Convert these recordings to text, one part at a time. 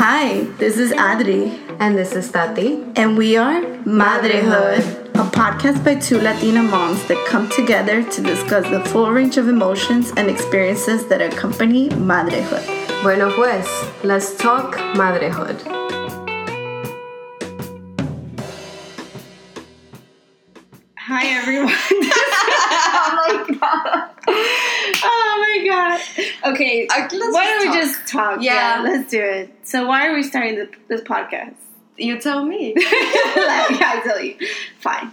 Hi, this is Adri, And this is Tati. and we are Madrehood, a podcast by two Latina moms that come together to discuss the full range of emotions and experiences that accompany madrehood. Bueno, pues, let's talk motherhood. Hi, everyone. oh my god. Oh my god. Okay, Uh, let's why just don't we talk. just talk? Yeah. let's do it. So, why are we starting the, this podcast? You tell me. like, I tell you, fine.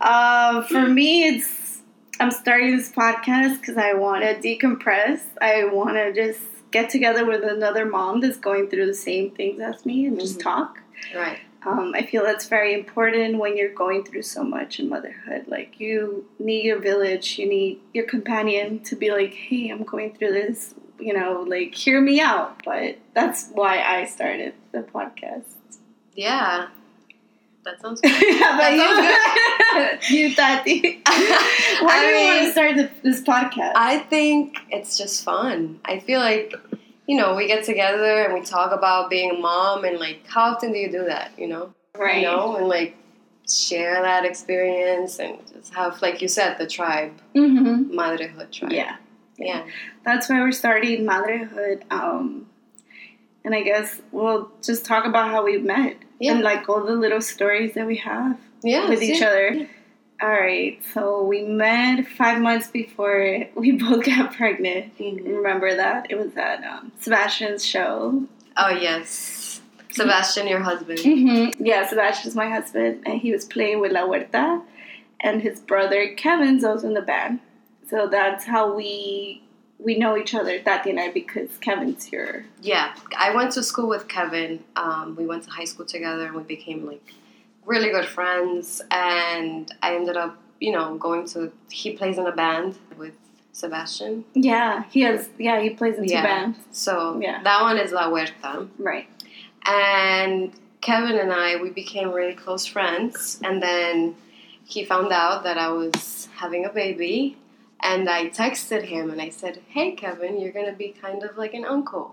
Um, for me, it's I'm starting this podcast because I want to decompress. I want to just get together with another mom that's going through the same things as me and just Mhm. talk. right. Um, I feel that's very important when you're going through so much in motherhood. Like you need your village, you need your companion to be like, "Hey, I'm going through this." You know, like hear me out. But that's why I started the podcast. Yeah. That sounds good. How about That you? you, Tati. Why I do you want mean- to start the, this podcast? I think it's just fun. I feel like, you know, we get together and we talk about being a mom and like, how often do you do that, you know? You know, and like share that experience and just have, like you said, the tribe, Mm-hmm. motherhood tribe. Yeah. Yeah. That's why we're starting Madrehood. Um, and I guess we'll just talk about how we met Yeah. and like all the little stories that we have Yeah. with each yeah. other. All right, so we met five months before we both got pregnant. Mhm. Remember that? It was at um, Sebastian's show. Oh, yes. Sebastian, your husband. Mm-hmm. Yeah, Sebastian's my husband, and he was playing with La Huerta, and his brother Kevin's also in the band. So that's how we we know each other, Tati and I, because Kevin's your Yeah, I went to school with Kevin. Um, we went to high school together, and we became like really good friends. And I ended up, you know, going to. He plays in a band with Sebastian. yeah. He has yeah. He plays in two Yeah. bands, So Yeah. that one is La Huerta. right? And Kevin and I, we became really close friends. And then he found out that I was having a baby. And I texted him and I said, Hey, Kevin, you're going to be kind of like an uncle.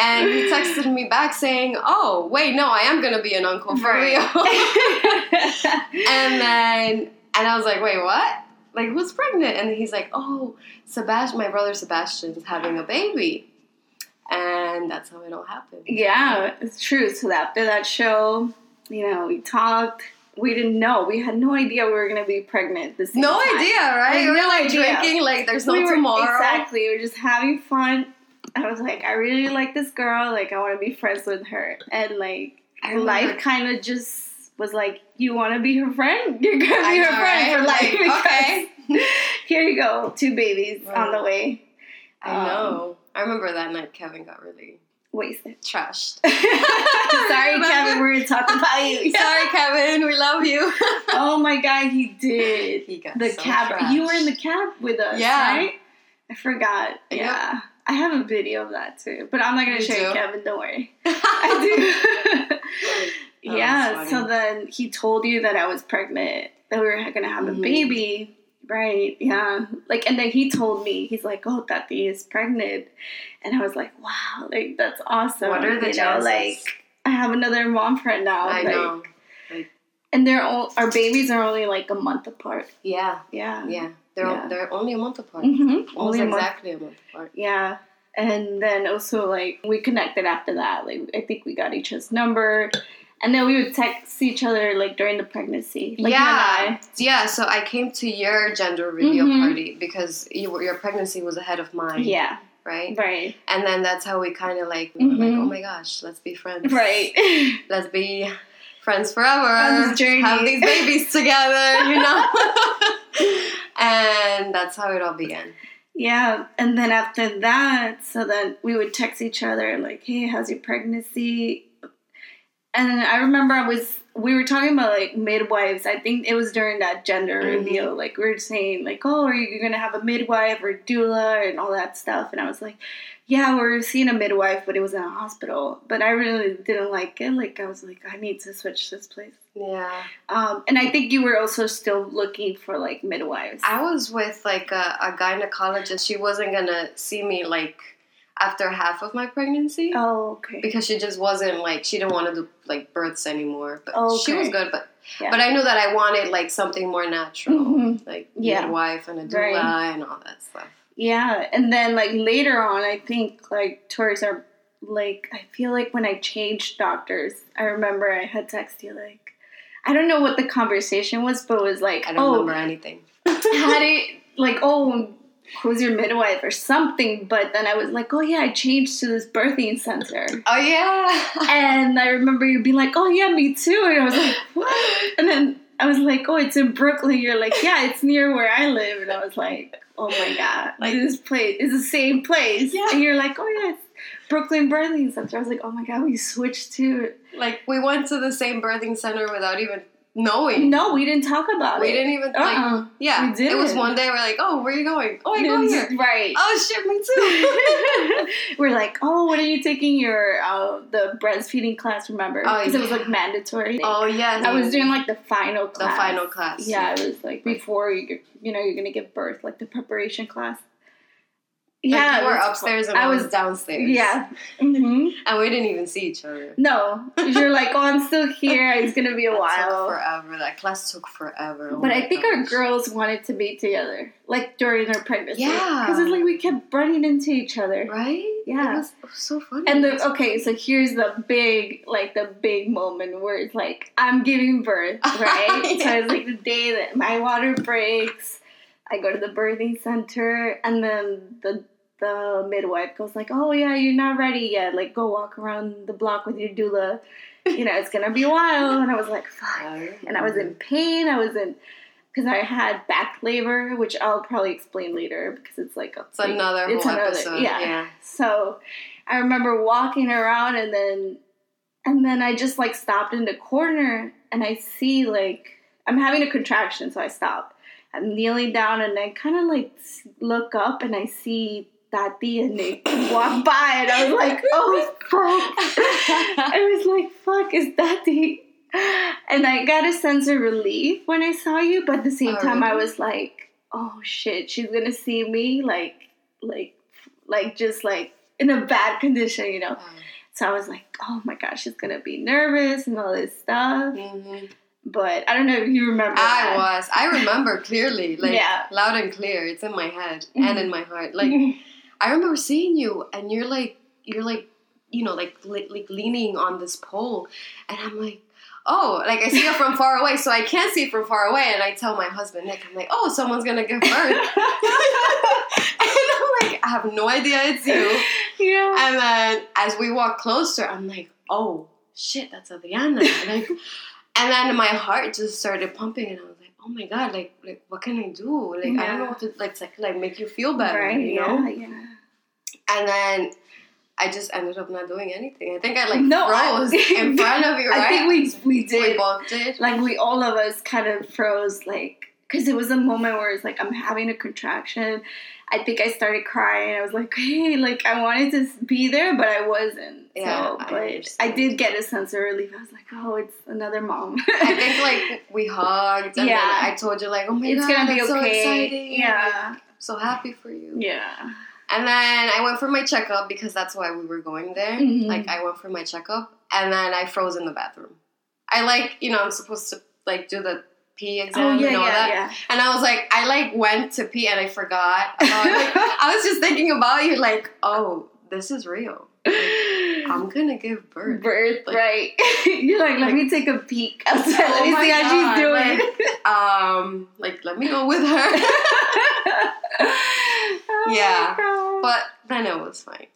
And he texted me back saying, Oh, wait, no, I am going to be an uncle for Right. real. and then, and I was like, Wait, what? Like, who's pregnant? And he's like, Oh, Sebastian, my brother Sebastian's having a baby. And that's how it all happened. yeah, it's true. So after that show, you know, we talked. We didn't know. We had no idea we were gonna be pregnant. This No idea, right? Like, we were no like idea. drinking, like there's no we were tomorrow. exactly. We were just having fun. I was like, I really like this girl. Like, I want to be friends with her. And like, I her remember- life kind of just was like, you want to be her friend? You're gonna be I her know, friend right? for life. Like, because okay. Here you go, two babies Right. on the way. I know. Um, I remember that night Kevin got really Wasted. trashed. Sorry, Remember? Kevin. We're gonna talk about you. Sorry, Kevin. We love you. Oh my god, he did. he got The so cab. You were in the trashed. cab with us, Yeah. right? I forgot. Yep. Yeah. I have a video of that too, but I'm not gonna You show you, do? Kevin. Don't worry. I do. Oh, yeah. that's So funny. then he told you that I was pregnant, that we were gonna have a Mhm. baby, right? Yeah. Like, and then he told me he's like, "Oh, Tati is pregnant," and I was like, "Wow, like that's awesome." what are the you know, chances? like I have another mom friend now. I like- know. And they're all our babies are only like a month apart. Yeah, Yeah. yeah. They're Yeah. they're only a month apart. Mm-hmm. Almost Only a month. exactly a month apart. Yeah. And then also like we connected after that. Like I think we got each other's number. And then we would text each other like during the pregnancy. Like you and yeah, I. yeah. So I came to your gender reveal Mhm. party because you, were- your pregnancy was ahead of mine, Yeah. right? Right. And then that's how we kind of like, we were like, Mhm. oh my gosh, let's be friends. Right. Let's be friends forever. On this journey. Have these babies together, you know? and that's how it all began. yeah. And then after that, so then we would text each other like, Hey, how's your pregnancy? And I remember I was we were talking about like midwives. I think it was during that gender Mhm. reveal. Like we were saying like, Oh, are you gonna have a midwife or doula and all that stuff? And I was like yeah, we were seeing a midwife, but it was in a hospital. But I really didn't like it. Like I was like, I need to switch this place. Yeah. Um, and I think you were also still looking for like midwives. I was with like a, a gynecologist. She wasn't going to see me like, after half of my pregnancy Oh, okay. because she just wasn't like she didn't want to do like births anymore. But she Oh, Okay. was good, but Yeah. but I knew that I wanted like something more natural, Mhm. like Yeah. midwife and a doula Very. and all that stuff. Yeah, and then like later on, I think like tours are like I feel like when I changed doctors, I remember I had texted you like I don't know what the conversation was, but it was like I don't oh remember anything. had it like oh who's your midwife or something, but then I was like oh yeah I changed to this birthing center. Oh yeah. And I remember you being like, "Oh yeah, me too." And I was like, "What?" And then I was like, "Oh, it's in Brooklyn." You're like, "Yeah, it's near where I live." And I was like, "Oh my god, Like- this place is the same place." Yeah. And you're like, "Oh yeah, it's Brooklyn Birthing Center." I was like, "Oh my god, we switched to." like we went to the same birthing center without even knowing. No, we didn't talk about we it. didn't even like Uh-uh. yeah. we It was didn't. one day we're like, oh, where are you going? Oh, I go It's- here. Right. Oh shit, me too. We're like, oh, what are you taking your uh, the breastfeeding class? Remember? Oh, Because it was yeah. like mandatory. oh yeah. I was doing like the final the class. final class. Yeah, it was like before you you know you're gonna give birth, like the preparation class. Like, Yeah, you were it was- upstairs and I I was, was- downstairs. Yeah. hmm and we didn't even see each other. No, you're like, oh, I'm still here. It's gonna be a That while. took forever. That class took forever. Oh But my I think our gosh. girls wanted to be together, like during our pregnancy. Yeah. because it's like we kept running into each other. right? Yeah. it was, it was so funny. And the okay, so here's the big like the big moment where it's like I'm giving birth, right? So it's like the day that my water breaks, I go to the birthing center, and then the the midwife goes like, "Oh yeah, you're not ready yet. Like go walk around the block with your doula. You know it's gonna be a while." And I was like, "Fuck!" And I was in pain. I was in because I had back labor, which I'll probably explain later because it's like a It's another whole It's another- episode. yeah. Yeah. so I remember walking around and then and then I just like stopped in the corner and I see like I'm having a contraction, so I stop. I'm kneeling down and I kind of like s- look up and I see Tati and they walk by and I was like, oh fuck! I was like, fuck, is Tati? And I got a sense of relief when I saw you, but at the same Oh, time I really? was like, oh shit, she's gonna see me like, like, like just like in a bad condition, you know. So I was like, oh my gosh, she's gonna be nervous and all this stuff. Mhm. But I don't know if you remember. I that. was. I remember clearly, like Yeah. loud and clear. It's in my head and in my heart. Like like, I remember seeing you, and you're like, you're like, you know, like le- like leaning on this pole, and I'm like, oh, like I see it from far away, so I can't see it from far away, and I tell my husband Nick, I'm like, oh, someone's gonna give birth, and I'm like, I have no idea it's you, yeah. and then as we walk closer, I'm like, oh shit, that's Adriana, and like, and then my heart just started pumping, and I was like, oh my god, like, like what can I do? Like I don't know Yeah. what to like, it's like, like make you feel better, right. you know? Yeah. Yeah. And then I just ended up not doing anything. I think I like No, I- froze in front of you, right? I think we we we did. both did. like we all of us kind of froze, like because it was a moment where it's like I'm having a contraction. I think I started crying. I was like, hey, like I wanted to be there, but I wasn't. Yeah, so, I but I, understand. did get a sense of relief. I was like, oh, it's another mom. I think like we hugged, and Yeah. then I told you like, "Oh my it's god, gonna be that's so okay. exciting! Yeah, I'm so happy for you." yeah. And then I went for my checkup because that's why we were going there. Mhm. Like I went for my checkup, and then I froze in the bathroom. I like you know I'm supposed to like do the pee exam Oh yeah, and all yeah, that. yeah. And I was like, I like went to pee and I forgot. about it. I was just thinking about you, like, oh, this is real. I'm gonna give birth. Birth, um, Like- right? You're like, let Like- me take a peek outside. Oh let me my see how she's God, doing. Um, like, let me go with her. Oh Yeah. my God. but then it was fine.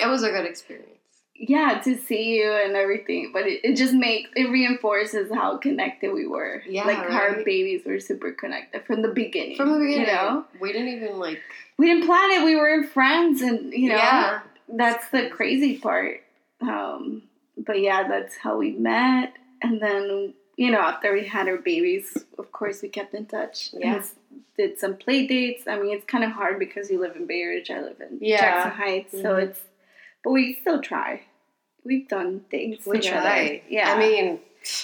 It was a good experience. yeah, to see you and everything, but it, it just makes it reinforces how connected we were. Yeah, like our right? babies were super connected from the beginning. From the beginning, you know, we didn't even like, we didn't plan it. We were friends, and you know, yeah, that's the crazy part. Um, but yeah, that's how we met. And then, you know, after we had our babies, of course, we kept in touch. And Yeah. s- did some play dates. I mean, it's kind of hard because you live in Bay Ridge, I live in Yeah. Jackson Heights. So Mhm. it's, but we still try. We've done things. we together. tried. Yeah. I mean,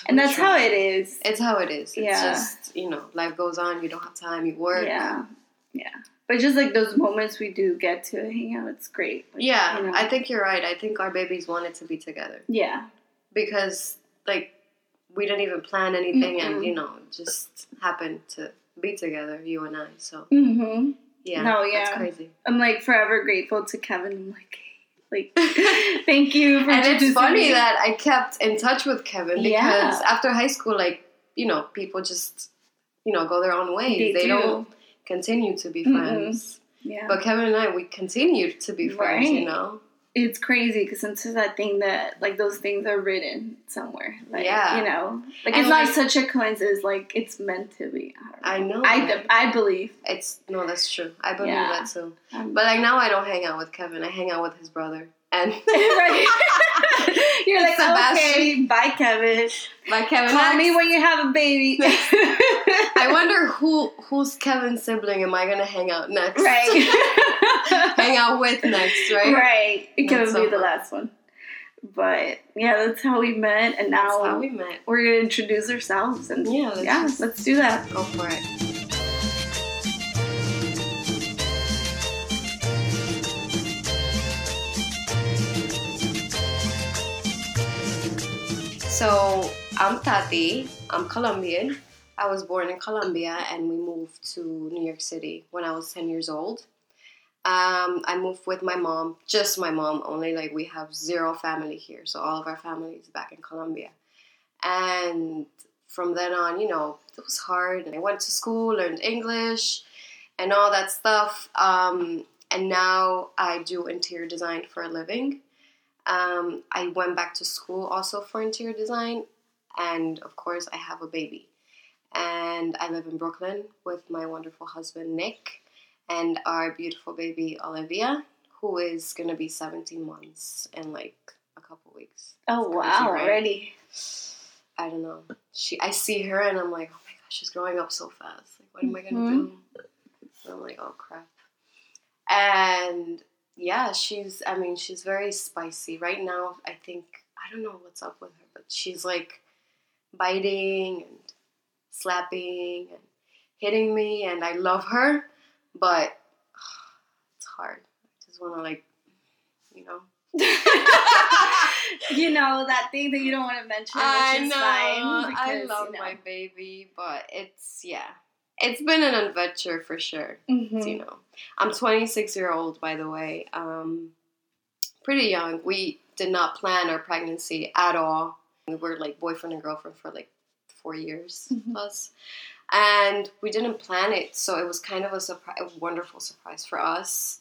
and we that's how it tried. is. It's how it is. It's Yeah. just you know, life goes on. You don't have time. You work. Yeah. But just like those moments we do get to hang out, it's great. Like, Yeah, you know. I think you're right. I think our babies wanted to be together yeah, because, like, we didn't even plan anything, and you know, it just happened to be together, you and I. So hmm yeah, No, that's yeah. crazy. I'm like forever grateful to Kevin. I'm like, like, thank you for and it's introducing funny me. that I kept in touch with Kevin because Yeah. after high school, like, you know, people just, you know, go their own ways. They They, do. don't continue to be Mm-mm. friends. yeah, But Kevin and I, we continued to be friends, Right. you know? it's crazy because it's just that thing that like those things are written somewhere. Like, Yeah. you know, like And it's not like- such a coincidence. Like it's meant to be. I, I know. I, right? I believe. It's no, that's true. I believe Yeah. that too. Um, But like now, I don't hang out with Kevin. I hang out with his brother and right. You're like, Sebastian. okay, bye, Kevin. my Kevin. Call ex. me when you have a baby. I wonder who who's Kevin's sibling am I gonna hang out next? right. hang out with next, right? right. It could That's be so the fun. last one. But yeah, that's how we met, and That's now how we met. we're gonna introduce ourselves and Yeah, let's yeah, just- let's do that. Go for it. So I'm Tati. I'm Colombian. I was born in Colombia and we moved to New York City when I was 10 years old. Um, I moved with my mom, just my mom only. Like we have zero family here, so all of our family is back in Colombia. And from then on, you know, it was hard. And I went to school, learned English, and all that stuff. Um, and now I do interior design for a living. Um, I went back to school also for interior design, and of course, I have a baby. And I live in Brooklyn with my wonderful husband Nick and our beautiful baby Olivia, who is gonna be 17 months in like a couple weeks. Oh It's crazy, wow, right? already. I don't know. She, I see her and I'm like, oh my gosh, she's growing up so fast. Like, what am I gonna Mhm. do? And I'm like, oh crap. And yeah, she's. I mean, she's very spicy right now. I think I don't know what's up with her, but she's like biting and slapping and hitting me, and I love her, but it's hard. I just want to like, you know. you know that thing that you don't want to mention. which is Fine I because, love you know. my baby, but it's yeah. It's been an adventure for sure. Mhm. You know, I'm 26 year old by the way. Um, pretty young. We did not plan our pregnancy at all. We were like boyfriend and girlfriend for like four years Mhm. plus, and we didn't plan it. So it was kind of a surprise, a wonderful surprise for us.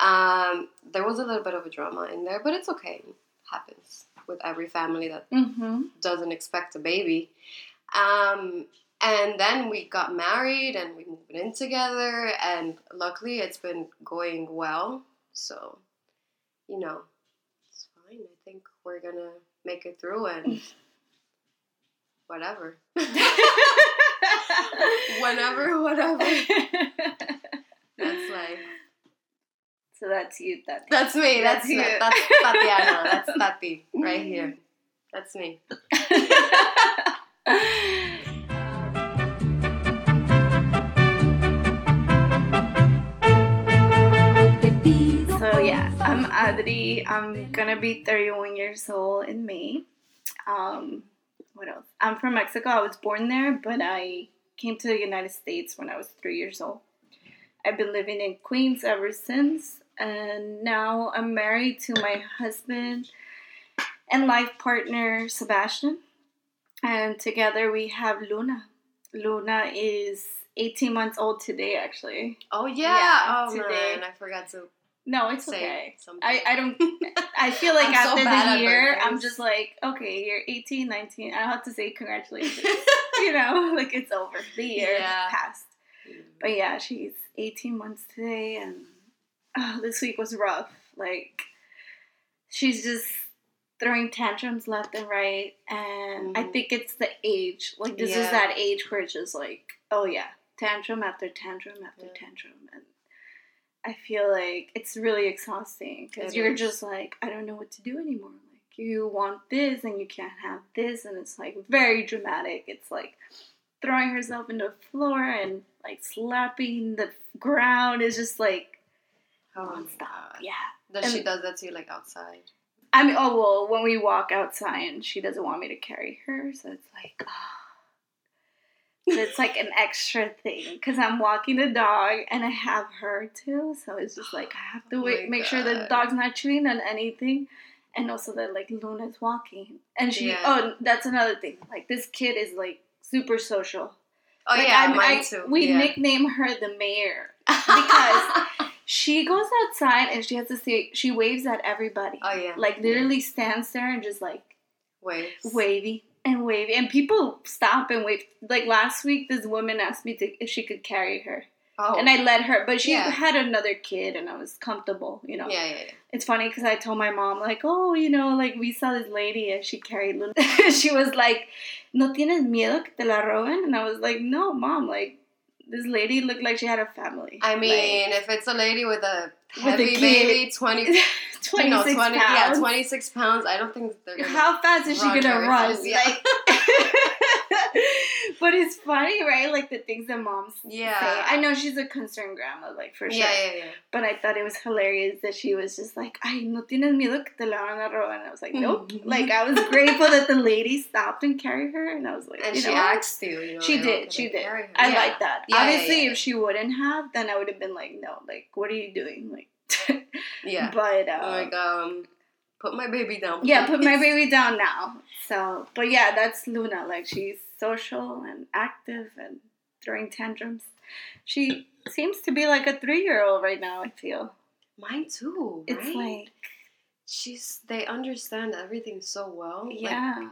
Um, there was a little bit of a drama in there, but it's okay. happens with every family that Mhm. doesn't expect a baby. Um, and then we got married and we moved in together, and luckily it's been going well. So, you know, it's fine. I think we're gonna make it through and whatever. Whenever, whatever. That's like, so that's you. That that's me. That's, That's you. that's, that's Tatiana. That's Tati right here. That's me. So yeah, I'm Adri. I'm gonna be 31 years old in May. Um, what else? I'm from Mexico. I was born there, but I came to the United States when I was three years old. I've been living in Queens ever since, and now I'm married to my husband and life partner Sebastian, and together we have Luna. Luna is 18 months old today, actually. Oh, yeah. Yeah, oh, today. man. I forgot to No, it's say okay. something. I, I don't I feel like I'm so after bad at the year I'm birthdays. just like okay you're 18 19 I don't have to say congratulations you know like it's over the year Yeah. passed but yeah she's 18 months today and oh, this week was rough like she's just throwing tantrums left and right and I Mhm. think it's the age like this is Yeah. that age where it's just like oh yeah tantrum after tantrum after Yeah. tantrum and I feel like it's really exhausting because It you're is. just like, I don't know what to do anymore. Like, you want this and you can't have this. And it's like very dramatic. It's like throwing herself into the floor and like slapping the ground. It's just like Oh my nonstop. God. Yeah. That And- she does that to you like outside. I mean, oh well, when we walk outside and she doesn't want me to carry her, so it's like, oh. it's like an extra thing because I'm walking the dog and I have her too, so it's just like I have Oh to my wait, make sure the God. dog's not chewing on anything, and also that like Luna's walking and she. Yeah. Oh, that's another thing. Like this kid is like super social. Oh Like, yeah, I'm- mine I- too. We yeah. nickname her the mayor because- she goes outside and she has to say she waves at everybody. Oh yeah. Like literally stands there and just like waves. wavy and wavy and people stop and wave like last week this woman asked me to if she could carry her Oh. and i let her but she Yeah. had another kid and i was comfortable you know yeah, yeah, yeah. it's funny because i told my mom like oh you know like we saw this lady and she carried Luna. she was like no tienes miedo que te la roben and i was like no mom like this lady looked like she had a family I Like, mean, if it's a lady with a With a heavy kid. baby, 20, you 26 know, 20 pounds. yeah, 26 pounds, I don't think they're going to. how fast is she Run gonna very run? fast, yeah. Like, but it's funny, right? Like the things that moms Yeah. say. I know she's a concerned grandma, like for sure. Yeah, yeah, yeah. But I thought it was hilarious that she was just like, "Ay, no tienes miedo que te la van a robar," and I was like, Mm-hmm. "Nope." like I was grateful that the lady stopped and carried her, and I was like, And you she know what? asked you. you know, She like, did, okay, she did. carry her. I Yeah. like that. Yeah, yeah, Obviously, yeah. if she wouldn't have, then I would have been like, "No, like, what are you doing?" Like, Yeah. but uh, like, um, put my baby down. yeah, put my please. baby down now. So, but yeah, that's Luna. Like she's social and active and throwing tantrums. She seems to be like a three-year-old right now. I feel Mine too. Right? it's like She's. They understand everything so well. like, uh, yeah,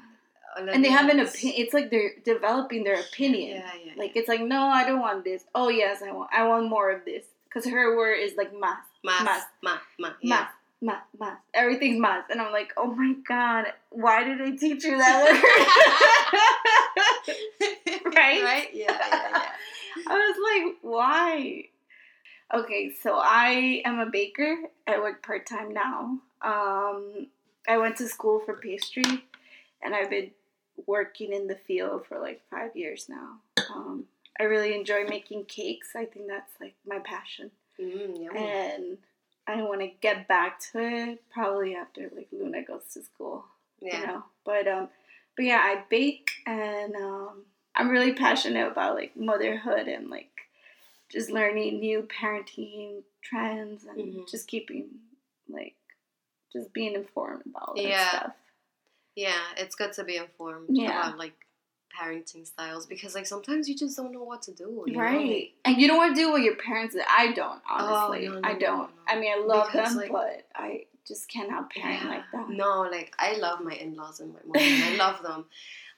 and they have an Olivia's- opinion. It's like they're developing their opinion. Yeah, yeah. Like it's like no, I don't want this. Oh yes, I want. I want more of this. Cause her word is like mas, mas, mas. ma, ma, yeah. mas, mas, mas. Everything's mas, and I'm like, oh my god, why did I teach you that word? Right? right? Yeah, yeah, yeah. I was like, why? Okay, so I am a baker. I work part time now. Um, I went to school for pastry, and I've been working in the field for like five years now. Um, I really enjoy making cakes. I think that's like my passion, Mm, yummy. and I want to get back to it probably after like Luna goes to school yeah. you know. But um, but yeah, I bake and um, I'm really passionate about like motherhood and like just learning new parenting trends and Mhm. just keeping like just being informed about all that Yeah. stuff. Yeah, it's good to be informed Yeah. about like parenting styles because like sometimes you just don't know what to do. you know? Oh, Right, and you don't want to do what your parents. did. I don't honestly. no, no, I no, don't. no. I mean, I love Because, them, like- but I just cannot parent Yeah. like that. No, like I love my in-laws and my mom. and I love them,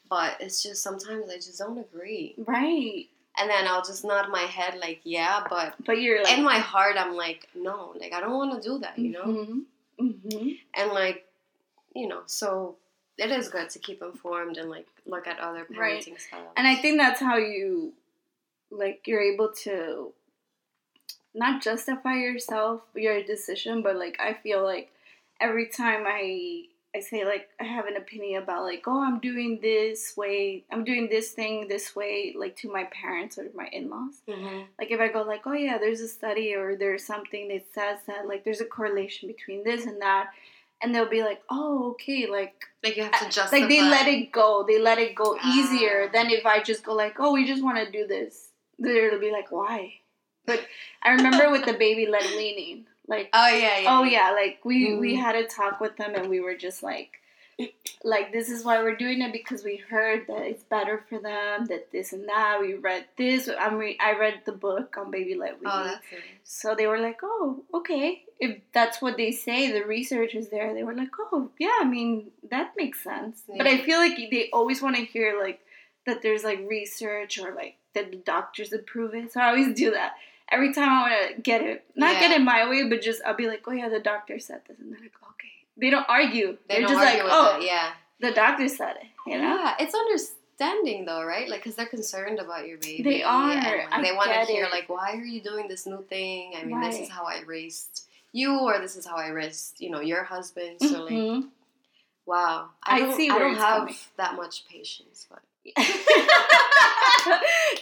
but it's just sometimes I just don't agree, Right, and then I'll just nod my head like yeah, but but you're like in my heart I'm like no, like I don't want to do that, you know, hmm hmm and like you know so. It is good to keep informed and like look at other parenting Right. styles. And I think that's how you, like, you're able to not justify yourself, your decision, but like, I feel like every time I. I say like I have an opinion about like oh I'm doing this way I'm doing this thing this way like to my parents or my in-laws Mhm. like if I go like, oh yeah, there's a study or there's something that says that like there's a correlation between this and that, and they'll be like, oh okay, like Uh, like you have to justify. like they let it go, they let it go Ah. easier than if I just go like, oh we just want to do this. They'll be like, why? But I remember with the baby led weaning, like Oh yeah, yeah. oh yeah, like we we Mhm. had a talk with them and we were just like. Like this is why we're doing it because we heard that it's better for them that this and that we read this I'm re- I read the book on baby led weaning Oh, that's nice. so they were like, oh, okay. If that's what they say, the research is there. They were like, oh, yeah, I mean, that makes sense. But I Yeah. feel like they always want to hear, like, that there's, like, research or, like, that the doctors approve it. So I always do that. Every time I want to get it, not Yeah. get it my way, but just I'll be like, oh, yeah, the doctor said this. And they're like, okay. They don't argue. They They are don't just like, argue with oh, it, yeah. the doctor said it, you know? Yeah, it's understanding though, right? Like, because they're concerned about your baby. They are, and, like, I they want get to hear, it. like, why are you doing this new thing? I mean, this Right. is how I raised you, or this is how I raised, you know, your husband. So, like, Mhm. wow. I don't, see I where don't it's have coming. that much patience, but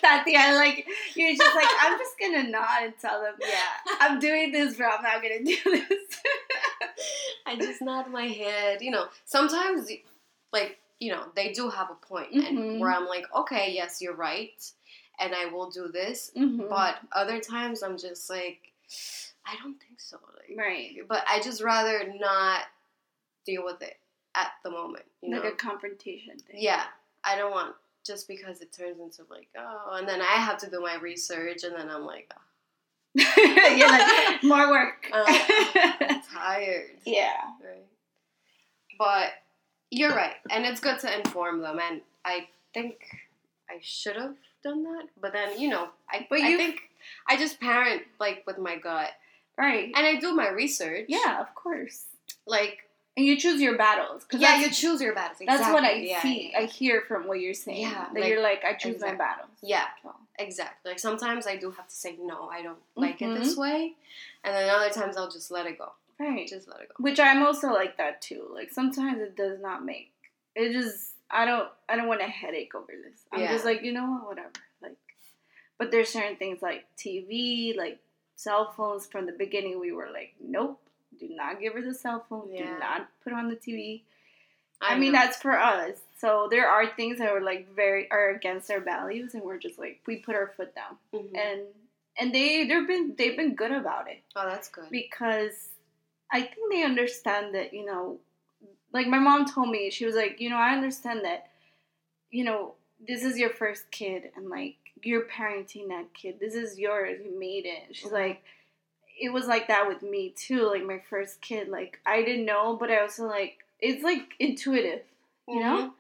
Tati, I like you're just like I'm just gonna nod and tell them, yeah, I'm doing this, but I'm not gonna do this. I just nod my head. You know, sometimes, like, you know, they do have a point Mhm. and where I'm like, okay, yes, you're right, and I will do this. Mhm. But other times, I'm just like, I don't think so. Like, right, but I just rather not deal with it at the moment. You like know? a confrontation thing. Yeah, I don't want just because it turns into like oh, and then I have to do my research, and then I'm like oh, you're like more work. I'm Uh-huh. tired. yeah, Right. But you're right, and it's good to inform them. And I think I should have done that, but then you know, I But I you- think I just parent like with my gut, right. and I do my research. Yeah, of course. like And you choose your battles because yeah, that's, you choose your battles. that's what I exactly. Yeah, see. yeah, I hear from what you're saying Yeah, that like- you're like I choose exact- my battles. yeah. So, Exactly. Like sometimes I do have to say no, I don't like Mhm. it this way, and then other times I'll just let it go. right. Just let it go. which I'm also like that too. Like sometimes it does not make it just I don't I don't want a headache over this. I'm Yeah. just like you know what whatever like. But there's certain things like TV, like cell phones. From the beginning, we were like, nope, do not give her the cell phone. Yeah. Do not put on the TV. I, mean, know. that's for us. So there are things that are like very are against our values, and we're just like we put our foot down, Mhm. and and they they've been they've been good about it oh, that's good. because I think they understand that, you know, like my mom told me, she was like, you know, I understand that, you know, this is your first kid and like you're parenting that kid. This is yours. You made it. She's Mhm. like, it was like that with me too. Like my first kid, like I didn't know, but I also like, it's like intuitive, you know? Mhm.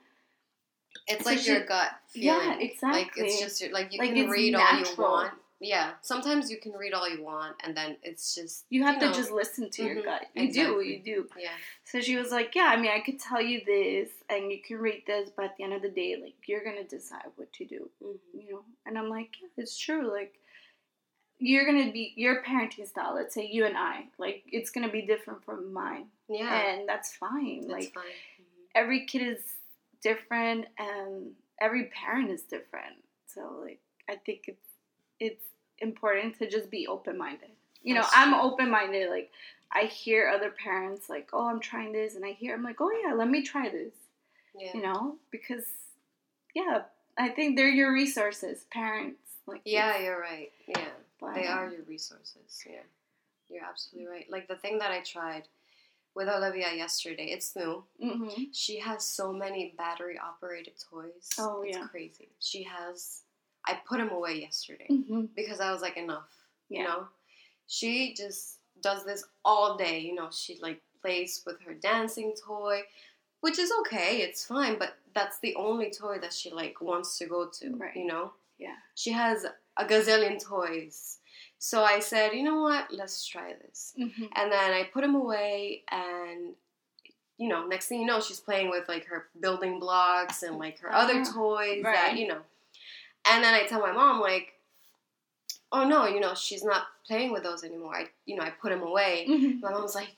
it's So like she- your gut. Yeah, feeling. exactly. Like it's just your, like you Like, can it's read all you natural. want. Yeah, sometimes you can read all you want, and then it's just you have to know. just listen to your Mhm. gut. You do, Exactly. you do. yeah, So she was like, Yeah, I mean, I could tell you this and you can read this, but at the end of the day, like, you're going to decide what to do, you know? And I'm like, Yeah, it's true. Like, you're going to be, your parenting style, let's say you and I, like, it's going to be different from mine. yeah. And that's fine. that's like, fine. every kid is different and every parent is different. So, like, I think it's, it's important to just be open minded. You know, That's I'm true. open minded. Like, I hear other parents like, "Oh, I'm trying this," and I hear I'm like, "Oh yeah, let me try this." Mhm. Yeah, You know, because yeah, I think they're your resources, parents. Like yeah, you're right. Yeah, but- they are your resources. Yeah, you're absolutely right. Like the thing that I tried with Olivia yesterday, it's new. Mhm. She has so many battery operated toys. Oh, it's yeah. crazy. She has. I put them away yesterday Mhm. because I was like enough. Yeah. You know, she just does this all day. You know, she like plays with her dancing toy, which is okay. It's fine, but that's the only toy that she like wants to go to. Right. You know. Yeah. She has a gazillion toys. So I said, you know what? Let's try this. Mhm. And then I put him away and you know, next thing you know, she's playing with like her building blocks and like her other Uh-huh. toys Right. that, you know. And then I tell my mom like, "Oh no, you know, she's not playing with those anymore." I, you know, I put him away. Mhm. My mom's like,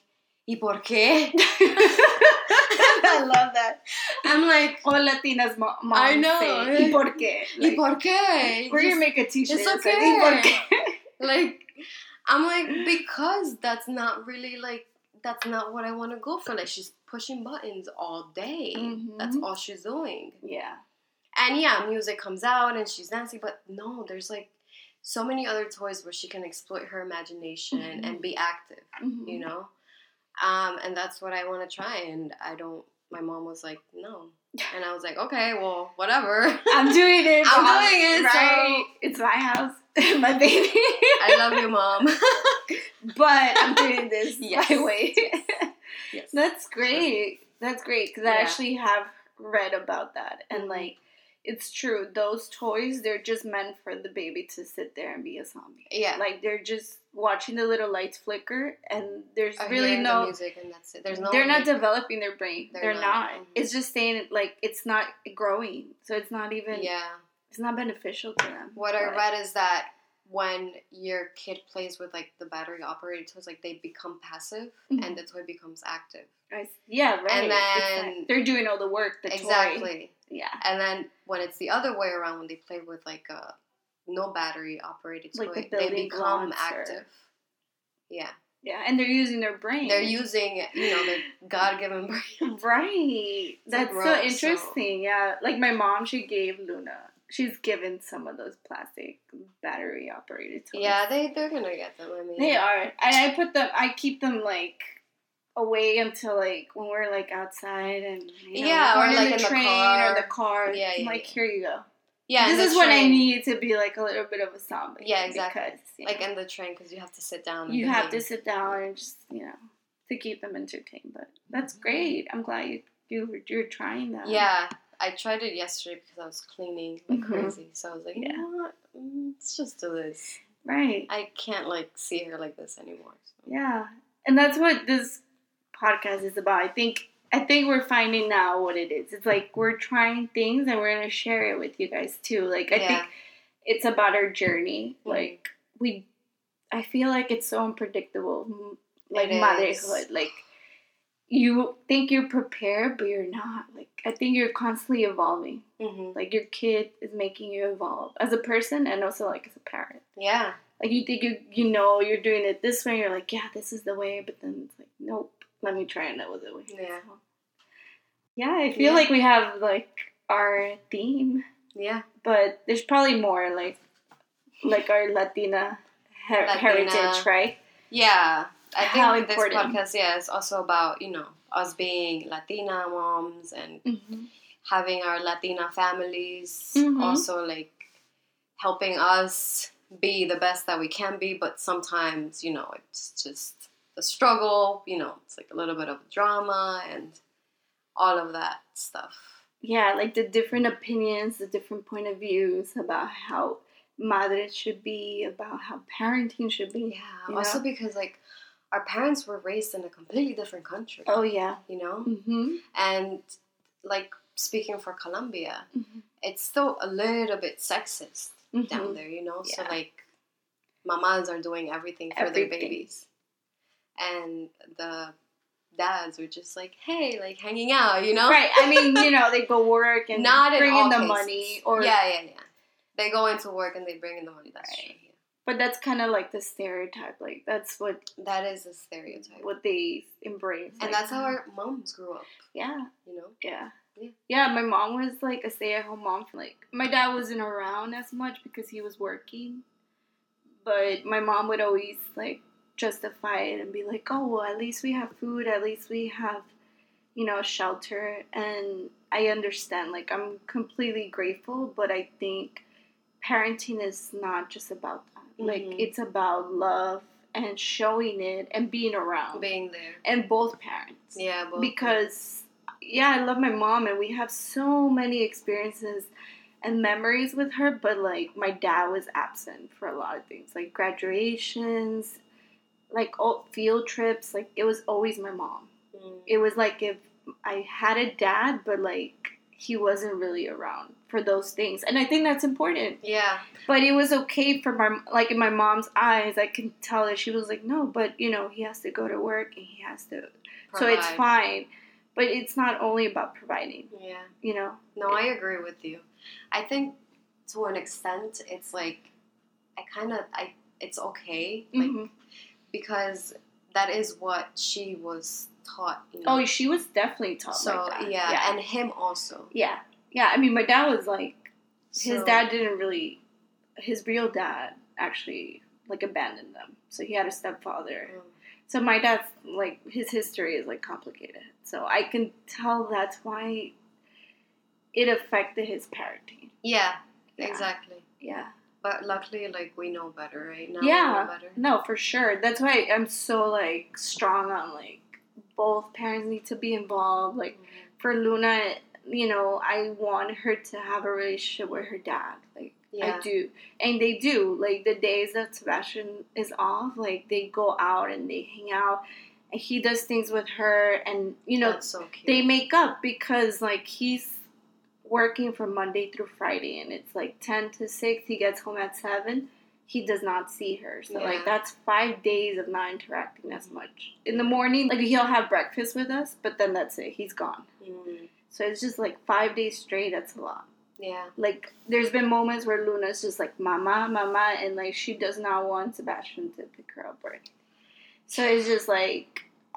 "Y por qué?" I love that. I'm like, All mm-hmm. Oh, Latinas mo- moms I know, Say, "Y right? por qué?" "Y Like, por qué?" we're Just- gonna make a T-shirt. it's that says, "Y por okay. qué?" like I'm like because that's not really like that's not what I want to go for. Like she's pushing buttons all day. Mhm. That's all she's doing. Yeah. And yeah, music comes out and she's dancing, but no, there's like so many other toys where she can exploit her imagination Mhm. and be active, Mhm. you know? Um, and that's what I want to try. And I don't, my mom was like, no. And I was like, okay, well, whatever. I'm doing it. I'm Mom. doing it, so- Right. It's my house, my baby. I love you, mom. but I'm doing this Yes. my way. yes. That's great. That's great because I Yeah. actually have read about that, and Mhm. like, it's true. Those toys, they're just meant for the baby to sit there and be a zombie. Yeah. Like they're just watching the little lights flicker, and there's I really hear the no. music and that's it. There's no they're not like- developing their brain. They're, They're not. not. Mhm. It's just saying like it's not growing, so it's not even. yeah. It's not beneficial to them. What I But- read is that when your kid plays with like the battery operated toys, like they become passive Mhm. and the toy becomes active. I s- yeah, right. And then- Exact- they're doing all the work. The toy. exactly. Yeah. And then when it's the other way around, when they play with like a no battery operated Like toy, the they building become blocks or- active. Yeah. Yeah, and they're using their brain. They're using, you know, their God given brain. Right. That's so gross, so- interesting. Yeah. Like my mom, she gave Luna. She's given some of those plastic battery operated toys. Yeah, they, they're going to get them. I mean, They are. I, I put them I keep them like away until like when we're like outside and you know, Yeah, going or, like, in the car. or the car. Yeah, yeah, Like yeah. here you go. Yeah. and this the is what I train- need to be like a little bit of a zombie. Yeah, exactly. Because, you Like know, in um, the train because you have to sit down. and you then have they- to sit down and just you know to keep them entertained. But that's great. I'm glad you you you're trying that. Mm-hmm. Yeah, I tried it yesterday because I was cleaning like Mhm. crazy. So I was like, Yeah. you know what? Mm, Let's just do this. Right. I can't like see her like this anymore. So. Yeah. And that's what this podcast is about. I think I think we're finding now what it is. It's like we're trying things and we're gonna share it with you guys too. Like I Yeah. think it's about our journey. Mhm. Like we I feel like it's so unpredictable. m- Like It is. motherhood. Like you think you're prepared but you're not. Like I think you're constantly evolving. hmm Like your kid is making you evolve as a person and also like as a parent. Yeah. Like you think you you know you're doing it this way, you're like, yeah, this is the way, but then it's like, nope, let me try another way. Yeah. So- yeah, I feel Yeah. like we have like our theme, Yeah. but there's probably more like like our Latina, he- Latina. heritage, right? Yeah. I think How this important. podcast, yeah, is also about, you know, us being Latina moms and Mm-hmm. having our Latina families Mhm. also like helping us be the best that we can be, but sometimes, you know, it's just the struggle, you know, it's like a little bit of drama and all of that stuff. Yeah, like the different opinions, the different point of views about how madre should be, about how parenting should Yeah. be. Also Yeah. because like our parents were raised in a completely different country. Oh yeah. You know? Mm-hmm. And like speaking for Colombia, Mhm. it's still a little bit sexist. down Mhm. there, you know? So, Yeah. like, mamas are doing everything for their Everything. babies. And the dads are just like, hey, like, hanging out, you know? Right. I mean, you know, they go work and Not in bring all in the cases. money, or yeah, yeah, yeah. They go into work and they bring in the money. That's Right. true. but that's kind of like the stereotype. Like that's what yeah. That is a stereotype. what they embrace, and Like, that's how our moms grew up, yeah, you know? yeah. Yeah. Yeah, my mom was like a stay-at-home mom. Like my dad wasn't around as much because he was working, but my mom would always like justify it and be like, "Oh, well, at least we have food. At least we have, you know, shelter." And I understand. Like I'm completely grateful, but I think parenting is not just about that. Like Mhm. it's about love and showing it and being around Being there. and both parents Yeah, but Um, because yeah i love my mom and we have so many experiences and memories with her but like my dad was absent for a lot of things like graduations like all field trips like it was always my mom Mm, it was like if i had a dad but like he wasn't really around for those things and i think that's important yeah, but it was okay for my like in my mom's eyes i can tell that she was like no but you know he has to go to work and he has to so it's provide. fine but it's not only about providing Yeah. you know No, I agree with you. I think to an extent, it's like I kind of I it's okay, like Mhm. because that is what she was taught. You know? oh she was definitely taught so like that. yeah, yeah and him also. yeah yeah i mean my dad was like his So- dad didn't really his real dad actually like abandoned them so he had a stepfather Mm. so my dad's like his history is like complicated so i can tell that's why it affected his parenting Yeah, Yeah. exactly. yeah But luckily, like we know better, right now. Yeah. we know better. No, for sure. That's why I'm so like strong on like both parents need to be involved. Like Mhm. for Luna, you know, I want her to have a relationship with her dad. Like Yeah. I do, and they do. Like the days that Sebastian is off, like they go out and they hang out, and he does things with her, and you know, That's so cute. they make up because like he's working from Monday through Friday and it's like 10 to 6 he gets home at 7 he does not see her. So Yeah. like that's five days of not interacting as much. In the morning, like he'll have breakfast with us, but then that's it. He's gone. Mm. So it's just like five days straight. That's a lot. Yeah. Like there's been moments where Luna's just like mama, mama, and like she does not want Sebastian to pick her up or anything. So it's just like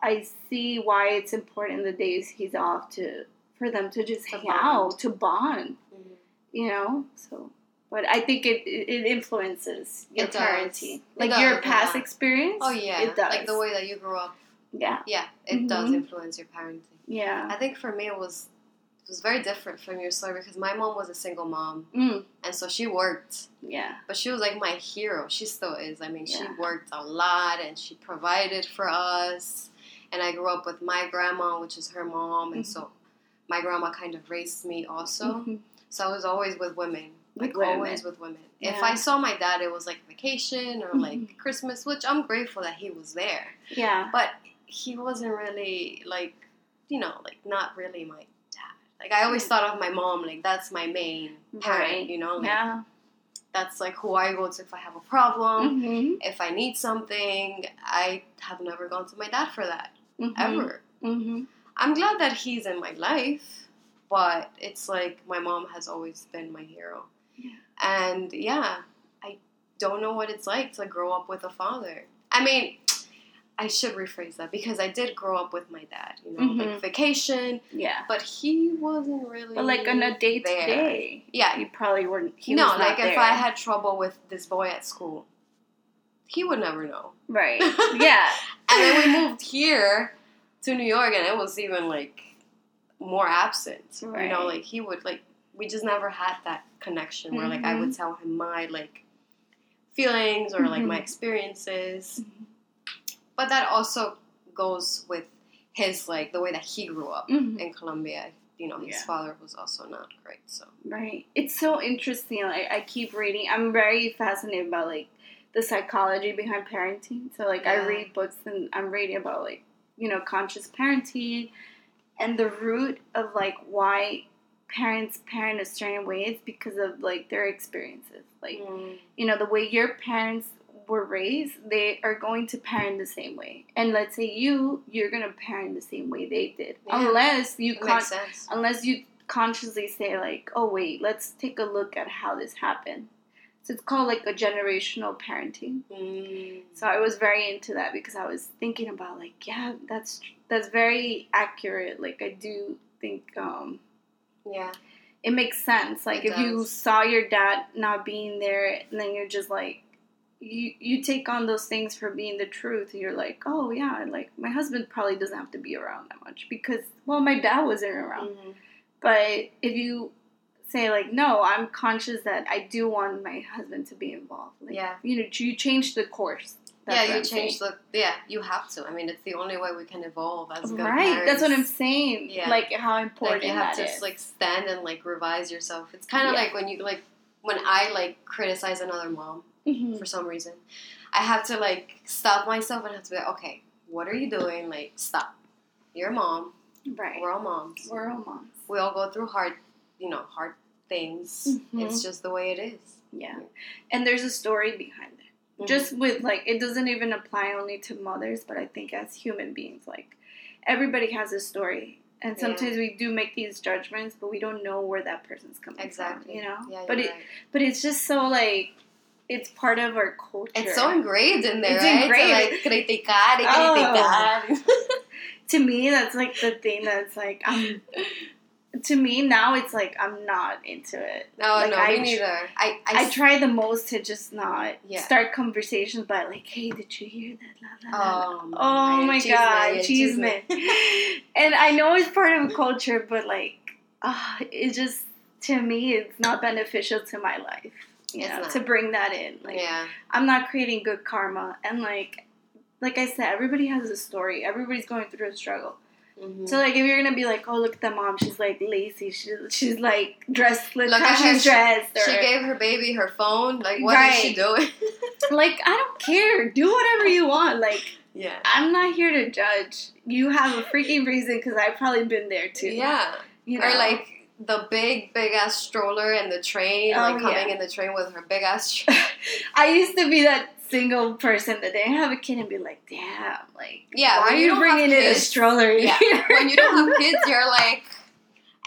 I see why it's important the days he's off to for them to just To hang bond. out to bond Mm. you know. So, but I think it it it influences your It does. parenting, It like does, your past yeah. experience. Oh yeah. it does. Like the way that you grew up. yeah, Yeah, it does Mhm. influence your parenting. yeah. I think for me it was it was very different from your story because my mom was a single mom Mm, and so she worked. yeah, But she was like my hero. She still is. I mean, she Yeah. worked a lot and she provided for us. And I grew up with my grandma, which is her mom, and Mhm. so my grandma kind of raised me also. Mhm. So I was always with women. With like women. always with women. If Yeah. I saw my dad, it was like vacation or like Mhm. Christmas, which I'm grateful that he was there. yeah, But he wasn't really like, you know, like not really my dad. Like I always thought of my mom, like that's my main parent, Mm. Right. you know, like yeah. that's like who I go to if I have a problem, Mhm, if I need something. I have never gone to my dad for that mhm, ever. mhm. I'm glad that he's in my life, but it's like my mom has always been my hero. Yeah. And yeah, I don't know what it's like to grow up with a father. I mean, I should rephrase that because I did grow up with my dad, you know, like Mhm. vacation, Yeah, but he wasn't really. but like on a day to there. day, Yeah. you probably weren't. He no, was not like if there. I had trouble with this boy at school, he would never know. right, yeah, And then we moved here to New York, and it was even like more absent. You Right. know, like he would like we just never had that connection where like Mm-hmm. I would tell him my like feelings or like my Mhm. experiences. Mm-hmm. But that also goes with his like the way that he grew up Mhm. in Colombia. You know, his Yeah. father was also not great. So Right. It's so interesting. Like I keep reading. I'm very fascinated by like the psychology behind parenting. So like Yeah. I read books and I'm reading about like, you know, conscious parenting and the root of like why parents parent a certain way is because of like their experiences. Like you know the way your parents were raised they are going to parent the same way and let's say you you're going to parent the same way they did Yeah. unless you it con- makes sense. unless you consciously say like oh wait let's take a look at how this happened so it's called like a generational parenting Mm. so i was very into that because i was thinking about like yeah that's that's very accurate like i do think um yeah, it makes sense like It if you does. saw your dad not being there and then you're just like you you take on those things for being the truth and you're like oh yeah like my husband probably doesn't have to be around that much because well my dad wasn't around Mhm. but if you say like, no, I'm conscious that I do want my husband to be involved. Like, Yeah. You know, you change the course. yeah. You change the yeah. You have to. I mean, it's the only way we can evolve as good right. That's what parents. I'm saying. Yeah. Like how important like you have that to is. like stand and like revise yourself it's kind of Yeah. like when you like when i like criticize another mom Mhm. for some reason i have to like stop myself and have to be like okay what are you doing like stop you're a mom right. we're all moms We're all moms. we all go through hard you know hard things Mhm. it's just the way it is. Yeah. And there's a story behind it. just with like it doesn't even apply only to mothers but i think as human beings like everybody has a story and Yeah. sometimes we do make these judgments but we don't know where that person's coming exactly from you know yeah, but you're it right. but it's just so like it's part of our culture it's so engraved in there It's right engraved. to like criticar y Oh. criticar to me that's like the thing that's like i'm to me now it's like i'm not into it no Like, no I me tr- neither I, I try the most to just not Yeah. start conversations by like, "Hey, did you hear that?" La, la, la, la. Oh, Oh my god, cheese Cheeseman. and I know it's part of culture, but like, uh, it just, to me, it's not beneficial to my life. You It's know, not. to bring that in. Like, yeah, I'm not creating good karma. And like, like I said, everybody has a story. Everybody's going through a struggle. Mhm. So like, if you're gonna be like, oh look at the mom, she's like lazy. She's she's like dressed. Look, Look how at her, she's she- dressed. she or- gave her baby her phone. Like, what is she Right. doing? like I don't care. Do whatever you want. Like yeah, I'm not here to judge. You have a freaking reason because I've probably been there too. yeah. You Or like, the big big ass stroller and the train, Oh, like coming yeah. in the train with her big ass. Tr- I used to be that single person that didn't have a kid and be like, damn, like, yeah, why are when you you don't bringing have in a kids, stroller in Yeah. here? when you don't have kids, you're like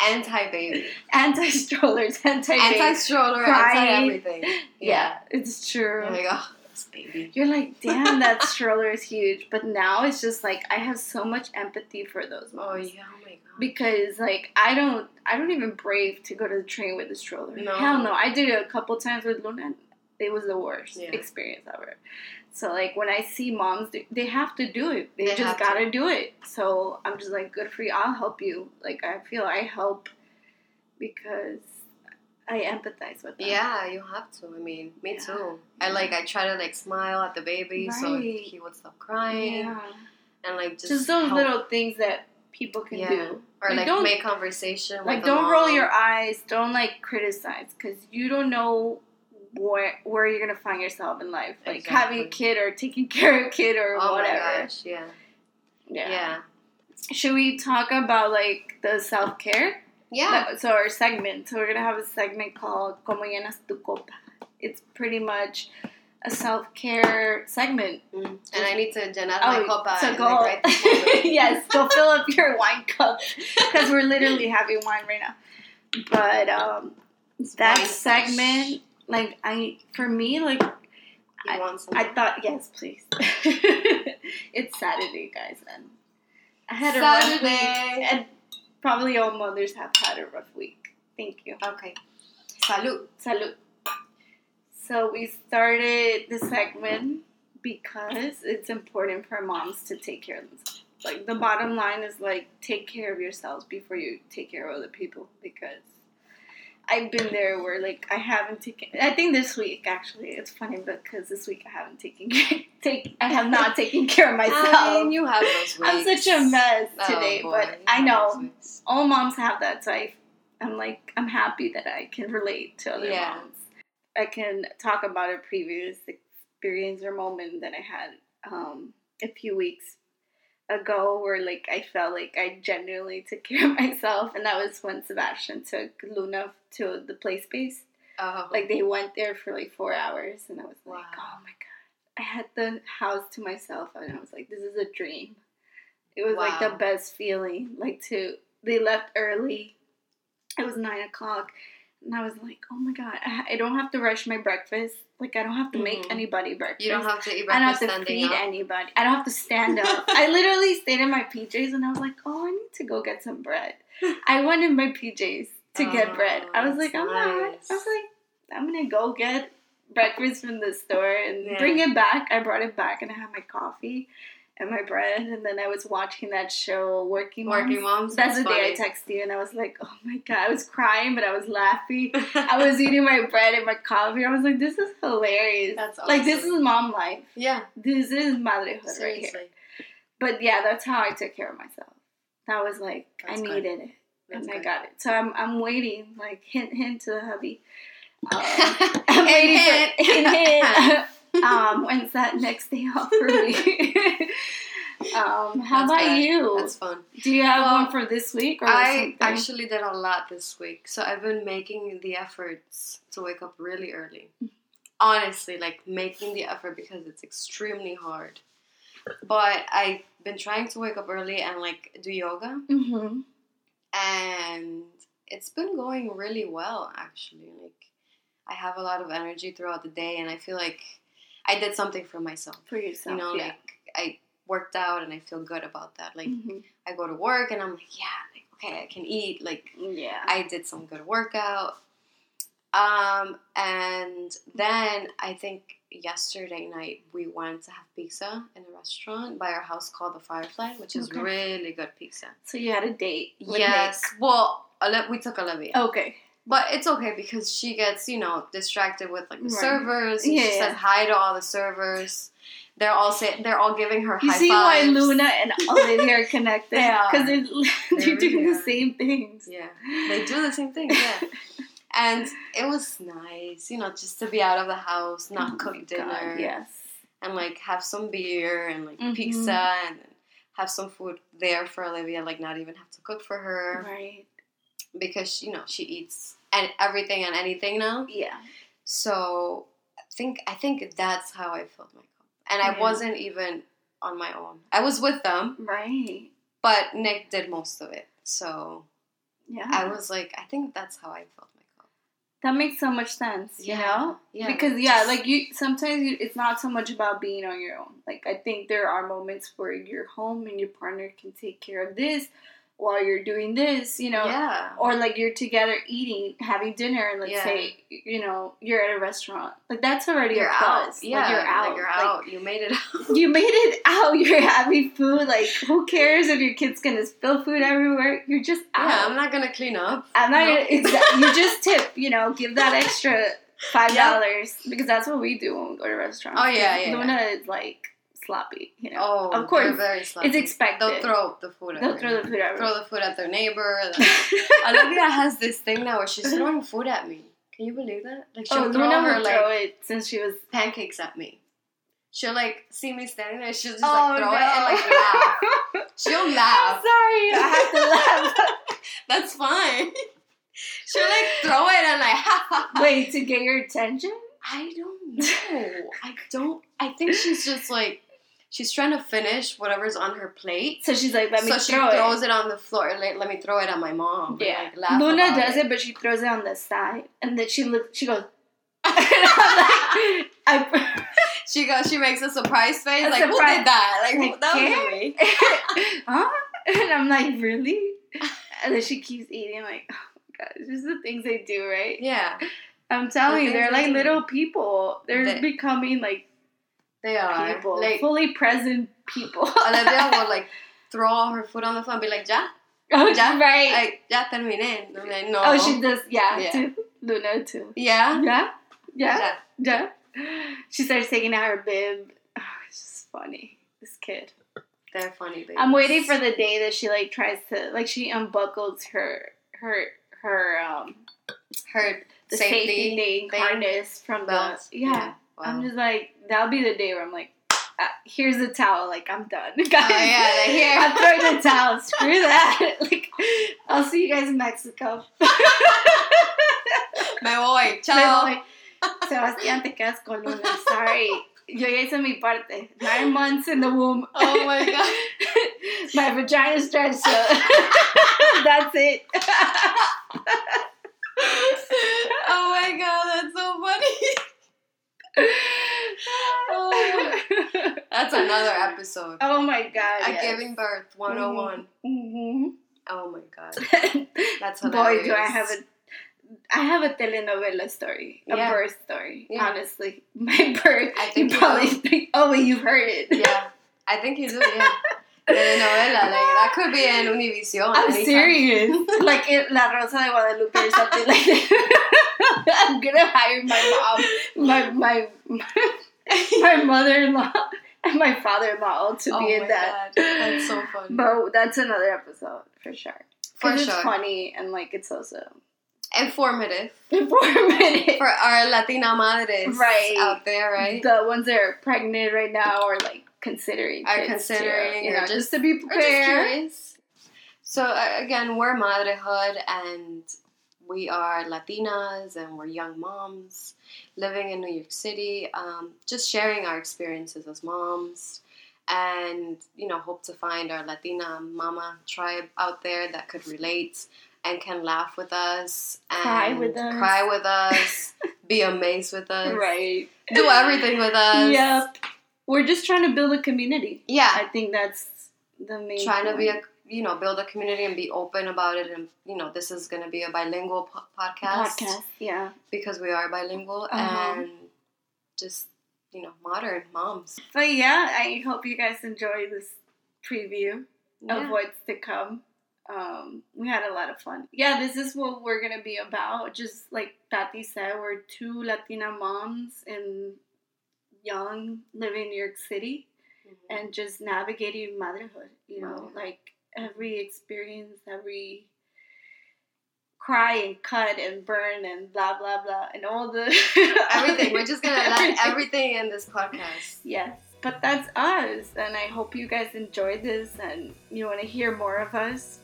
anti baby, anti strollers, anti anti stroller, anti Crying. everything. Yeah, it's true. I'm like, oh, this baby. You're like, damn, that stroller is huge. But now it's just like I have so much empathy for those Oh moms yeah, oh my god. because like I don't, I don't even brave to go to the train with a stroller. No. Hell no, I did it a couple times with Luna. and It was the worst Yeah. experience ever. So like when I see moms, they- they have to do it. They, They have just to. gotta do it. So I'm just like, good for you. I'll help you. Like I feel I help because I empathize with them. Yeah, you have to. I mean, me Yeah. too. I like I try to like smile at the baby so Right. he would stop crying Yeah. and like just, just, those help. little things that people can Yeah. do. or like, like, don't- make conversation. Like, with don't the roll mom. your eyes. Don't like criticize because you don't know where where you're gonna find yourself in life. Like having a Exactly. kid or taking care of a kid or Oh whatever. my gosh! Yeah, Yeah. yeah, yeah. Should we talk about like the self care? So our segment. So we're gonna have a segment called "Como llenas tu copa." It's pretty much a self care segment. Mm. And I need to Janet Oh, my copa. so and, go. like, write this down. yes, go fill up your wine cup because we're literally having wine right now. But um, that Wine. segment, like I, for me, like You want some? I thought, yes, please. it's Saturday, guys, and I had a rough Saturday. week, and probably all mothers have had a rough week. Thank you. okay. Salud. Salud. So we started the segment because it's important for moms to take care of themselves. Like the bottom line is like take care of yourselves before you take care of other people because I've been there where like I haven't taken I think this week actually it's funny because this week I haven't taken take I have not taken care of myself. I mean, you have those weeks. I'm such a mess Oh, today, boy, but you I have know those weeks. all moms have that so I, i'm like i'm happy that i can relate to other Yeah. moms i can talk about a previous experience or moment that i had um, a few weeks ago where like i felt like i genuinely took care of myself and that was when sebastian took luna to the play space Oh, like they went there for like four hours and i was like Wow. oh my god i had the house to myself and i was like this is a dream it was like the Wow. best feeling like to they left early it was nine o'clock and i was like oh my god i, I don't have to rush my breakfast like i don't have to make Mhm. anybody breakfast you don't have to eat I don't have breakfast to standing feed up. anybody. I don't have to stand up. I literally stayed in my PJs and I was like, oh, I need to go get some bread. I went in my PJs to get Oh, bread. I was like, that's I'm not. nice. I was like, I'm gonna go get breakfast from the store and Yeah. bring it back. I brought it back and I had my coffee and my bread. And then I was watching that show, Working Moms. Working moms. That's the day I funny. texted you and I was like, oh my god, I was crying but I was laughing. I I was eating my bread and my coffee. I was like, this is hilarious. That's Like this awesome. is mom life Yeah. this is motherhood right here. But yeah, that's how I took care of myself. That was like I That's good. needed it, That's and I good. got it. So I'm I'm waiting, like hint hint to the hubby. Um, I'm I'm waiting for hint hint. um, when's that next day off for me? um, how That's about good. you? That's fun. Do you have Well, one for this week or I something? actually did a lot this week, so I've been making the efforts to wake up really early. Honestly, like making the effort because it's extremely hard. But I've been trying to wake up early and like do yoga, Mhm. and it's been going really well actually. Like I have a lot of energy throughout the day, and I feel like I did something for myself. for yourself. You know, yeah. like I worked out, and I feel good about that. Like Mhm. I go to work, and I'm like, yeah, like okay, I can eat, like. yeah. I did some good workout. Um, and then I think yesterday night we went to have pizza in a restaurant by our house called the Firefly, which is Okay. really good pizza. so you had a date. with Oh. yes, well, Oli- we took Olivia, Nick. Okay. but it's okay because she gets you know distracted with like the Right. servers. And Yeah, she yeah. says hi to all the servers. They're all say- they're all giving her You high see why fives. Luna and Olivia are connected? They are. Because they're, they're really doing the are. same things. Yeah. They do the same thing, yeah. and it was nice, you know, just to be out of the house, not Oh my cook dinner, God, yes. and like have some beer and like Mhm. pizza and have some food there for Olivia, like not even have to cook for her. Right. because you know she eats and everything and anything now. Yeah. So I think I think that's how I filled my cup, and I Yeah. wasn't even on my own. I was with them, Right. but Nick did most of it. So Yeah. I was like, I think that's how I filled my cup. that makes so much sense. You know. yeah, because yeah like you sometimes you, it's not so much about being on your own like i think there are moments where your home and your partner can take care of this while you're doing this you know yeah, or like you're together eating having dinner let's Yeah. say you know you're at a restaurant like that's already you're a out. plus Yeah, like, you're out Like you're Like, out. you made it out. you made it out you're having food like who cares if your kid's gonna spill food everywhere you're just out Yeah, I'm not gonna clean up. I'm not No. gonna, exa- you just tip, you know, give that extra five dollars because that's what we do when we go to restaurants. Oh, yeah, yeah, Luna is like sloppy, you know. Oh, Of course. they're very sloppy. expected. They'll throw the food. at They'll me. throw the food out. throw the food at their neighbor. Like, Olivia has this thing now where she's throwing food at me. Can you believe that? Like she'll oh, throw Luna her would like throw it since she was. pancakes at me. She'll like see me standing there. She'll just oh like throw no! it and like laugh. She'll I'm laugh. sorry, I have to That's fine. She'll like throw it and like ha ha. laugh. Wait to get your attention. I don't know. I don't. I think she's just like she's trying to finish whatever's on her plate. So she's like, let me so she throw throws it. it. on the floor. Like, let me throw it at my mom. and, Yeah, like, laugh Luna about does it. but she throws it on the side, and then she looks. She goes. And I'm like, I. She goes. She makes a surprise face. A like who surprise- did that? Like, who Like, that Karen? was me. huh? And I'm like, really? And then she keeps eating. I'm like, oh my god, it's just the things they do, right? Yeah, I'm telling The you, things they're they like do. little people. They're They- becoming like they are. people, Like fully present people. Olivia will like throw all her food on the floor and be like, "Ya, oh, Yeah. right. like, ya terminé." And I'm like, "No." oh, she does. Yeah, Uh-huh. Yeah. too. Luna too. yeah. Yeah, yeah, Yeah. yeah. She starts taking out her bib. Oh, it's just funny. This kid. They're funny. Babies. I'm waiting for the day that she like tries to like she unbuckles her her her um her the safety, safety, thing, thing, harness from the belt. yeah. Wow. I'm just like that'll be the day where I'm like, uh, here's the towel. Like I'm done, guys. Oh, yeah, like, here. I'm throwing the towel. Screw that. Like I'll see you guys in Mexico. Me voy. Ciao. Bye, bye. Sebastián, te quedas con Luna. Sorry. Yo ya hice mi parte. Nine months in the womb. Oh my god. my vagina stretched. So that's it. oh my god, that's so funny. Oh. That's another episode. Oh my god. At yes. Giving Birth 101. Mhm. Oh my god. Boy, That's hilarious. do I have a I have a telenovela story, a Yeah. birth story. Yeah. Honestly, my birth. I You think you probably do. think, oh, wait, you've heard it. Yeah. I think you do, yeah. Telenovela, like that could be an Univision. I'm anytime. serious. like in La Rosa de Guadalupe or something like that. I'm gonna hire my mom, my my my, my mother-in-law, and my father-in-law all to Oh be in my that. God. That's so funny. But that's another episode for sure. For 'Cause sure. it's funny and like it's also Informative. informative. For our Latina madres Right. out there, right? the ones that are pregnant right now or like considering Are kids, too, considering you or know, just, just- to be We're just prepared curious. So uh, again, we're motherhood and we are Latinas and we're young moms living in New York City. Um, just sharing our experiences as moms, and you know, hope to find our Latina mama tribe out there that could relate and can laugh with us, and Cry with us. cry with us, be amazed with us, right do everything with us. yep we're just trying to build a community Yeah, i think that's the main trying to be point. a you know build a community and be open about it and you know this is going to be a bilingual po- podcast, podcast yeah because we are bilingual Uh-huh. and just you know modern moms but yeah i hope you guys enjoy this preview of Yeah. what's to come um, we had a lot of fun. Yeah, this is what we're gonna be about. Just like Tati said, we're two Latina moms in young, living in New York City. Mhm. and just navigating motherhood you know Motherhood. like every experience every cry and cut and burn and blah blah blah and all the everything we're just going to let Everything. everything in this podcast yes but that's us and i hope you guys enjoyed this and you want to hear more of us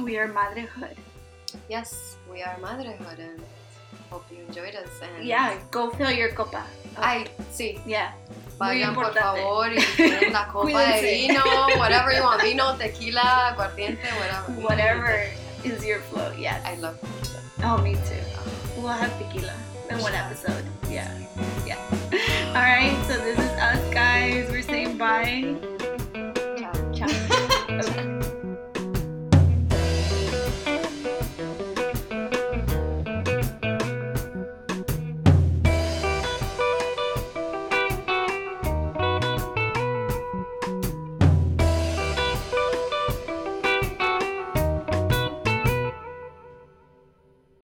we are motherhood yes, we are Motherhood and hope you enjoyed us. And Yeah, go fill your copa. Ay, sí, Yeah. vayan por importante. favor y tienen la copa de Cuídense. vino, whatever you want, vino, tequila, aguardiente, whatever. Whatever is your flow. Yes. I love Oh, me too. We'll have tequila in one episode. Yeah. Yeah. All right. So this is us, guys. We're saying bye.